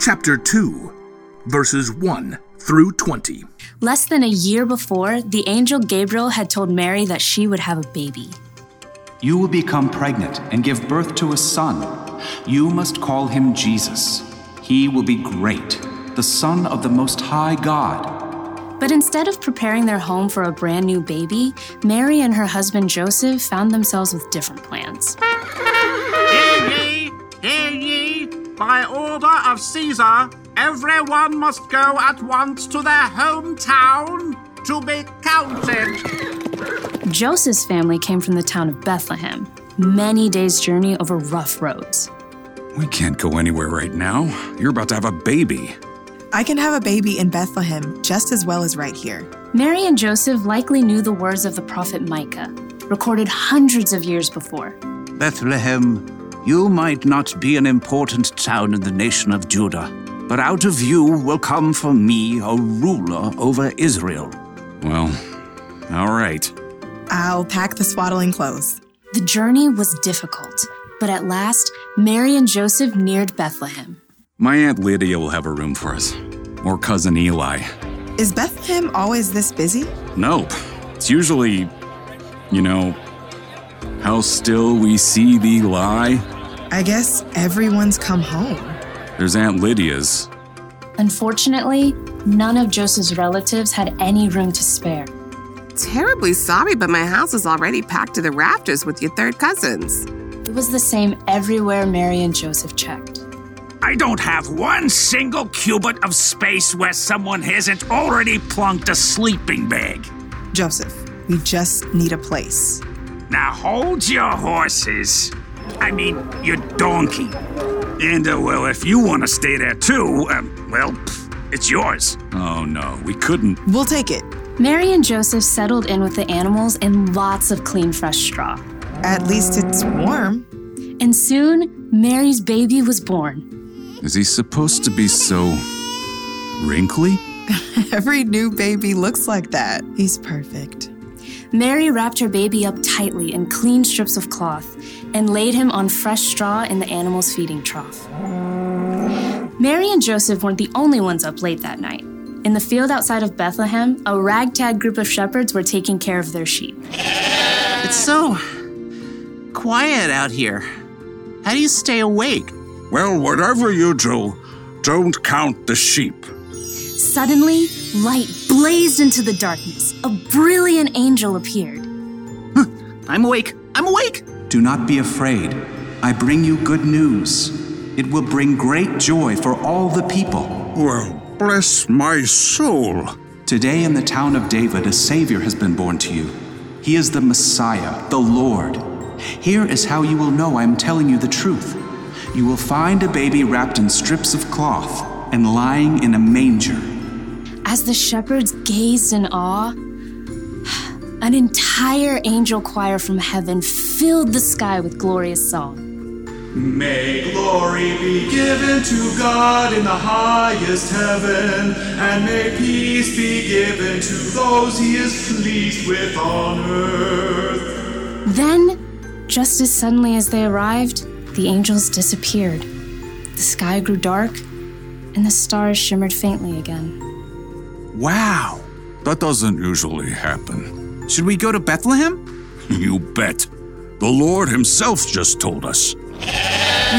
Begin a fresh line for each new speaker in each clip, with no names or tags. chapter 2, verses 1 through 20.
Less than a year before, the angel Gabriel had told Mary that she would have a baby.
You will become pregnant and give birth to a son. You must call him Jesus. He will be great, the Son of the Most High God.
But instead of preparing their home for a brand new baby, Mary and her husband Joseph found themselves with different plans.
Hear ye, hear ye, by order of Caesar, everyone must go at once to their hometown to be counted.
Joseph's family came from the town of Bethlehem, many days' journey over rough roads.
We can't go anywhere right now. You're about to have a baby.
I can have a baby in Bethlehem just as well as right here.
Mary and Joseph likely knew the words of the prophet Micah, recorded hundreds of years before.
Bethlehem, you might not be an important town in the nation of Judah, but out of you will come for me a ruler over Israel.
Well, all right.
I'll pack the swaddling clothes.
The journey was difficult, but at last, Mary and Joseph neared Bethlehem.
My Aunt Lydia will have a room for us. Or Cousin Eli.
Is Bethlehem always this busy?
Nope. It's usually, you know, how still we see thee lie.
I guess everyone's come home.
There's Aunt Lydia's.
Unfortunately, none of Joseph's relatives had any room to spare.
Terribly sorry, but my house is already packed to the rafters with your third cousins.
It was the same everywhere Mary and Joseph checked.
I don't have one single cubit of space where someone hasn't already plunked a sleeping bag.
Joseph, we just need a place.
Now hold your horses. I mean, your donkey. And, uh, well, if you want to stay there too, um, well, pff, it's yours.
Oh no, we couldn't.
We'll take it.
Mary and Joseph settled in with the animals in lots of clean, fresh straw.
At least it's warm.
And soon, Mary's baby was born.
Is he supposed to be so wrinkly?
Every new baby looks like that. He's perfect.
Mary wrapped her baby up tightly in clean strips of cloth and laid him on fresh straw in the animal's feeding trough. Mary and Joseph weren't the only ones up late that night. In the field outside of Bethlehem, a ragtag group of shepherds were taking care of their sheep.
It's so quiet out here. How do you stay awake?
Well, whatever you do, don't count the sheep.
Suddenly, light blazed into the darkness. A brilliant angel appeared.
I'm awake. I'm awake.
Do not be afraid. I bring you good news. It will bring great joy for all the people.
Well, bless my soul.
Today in the town of David, a Savior has been born to you. He is the Messiah, the Lord. Here is how you will know I am telling you the truth. You will find a baby wrapped in strips of cloth and lying in a manger.
As the shepherds gazed in awe, an entire angel choir from heaven filled the sky with glorious song.
May glory be given to God in the highest heaven, and may peace be given to those he is pleased with on earth.
Then, just as suddenly as they arrived, the angels disappeared. The sky grew dark, and the stars shimmered faintly again.
Wow.
That doesn't usually happen.
Should we go to Bethlehem?
You bet. The Lord Himself just told us.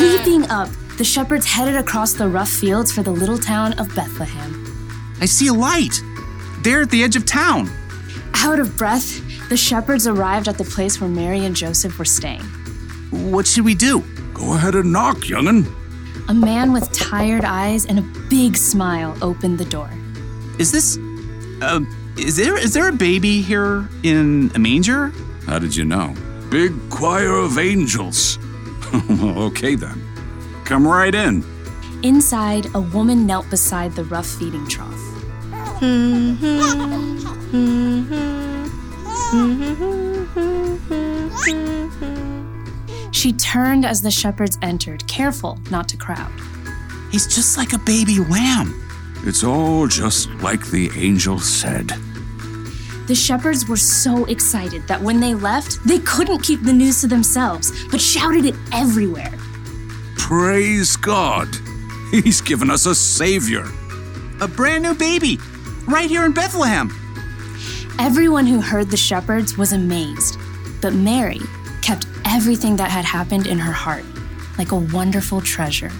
Leaping up, the shepherds headed across the rough fields for the little town of Bethlehem.
I see a light. There at the edge of town.
Out of breath, the shepherds arrived at the place where Mary and Joseph were staying.
What should we do?
Go ahead and knock, young'un.
A man with tired eyes and a big smile opened the door.
Is this uh is there is there a baby here in a manger?
How did you know?
Big choir of angels.
okay then. Come right in.
Inside, a woman knelt beside the rough feeding trough. She turned as the shepherds entered, careful not to crowd.
He's just like a baby lamb.
It's all just like the angel said.
The shepherds were so excited that when they left, they couldn't keep the news to themselves, but shouted it everywhere.
Praise God! He's given us a savior.
A brand new baby, right here in Bethlehem.
Everyone who heard the shepherds was amazed, but Mary kept everything that had happened in her heart, like a wonderful treasure.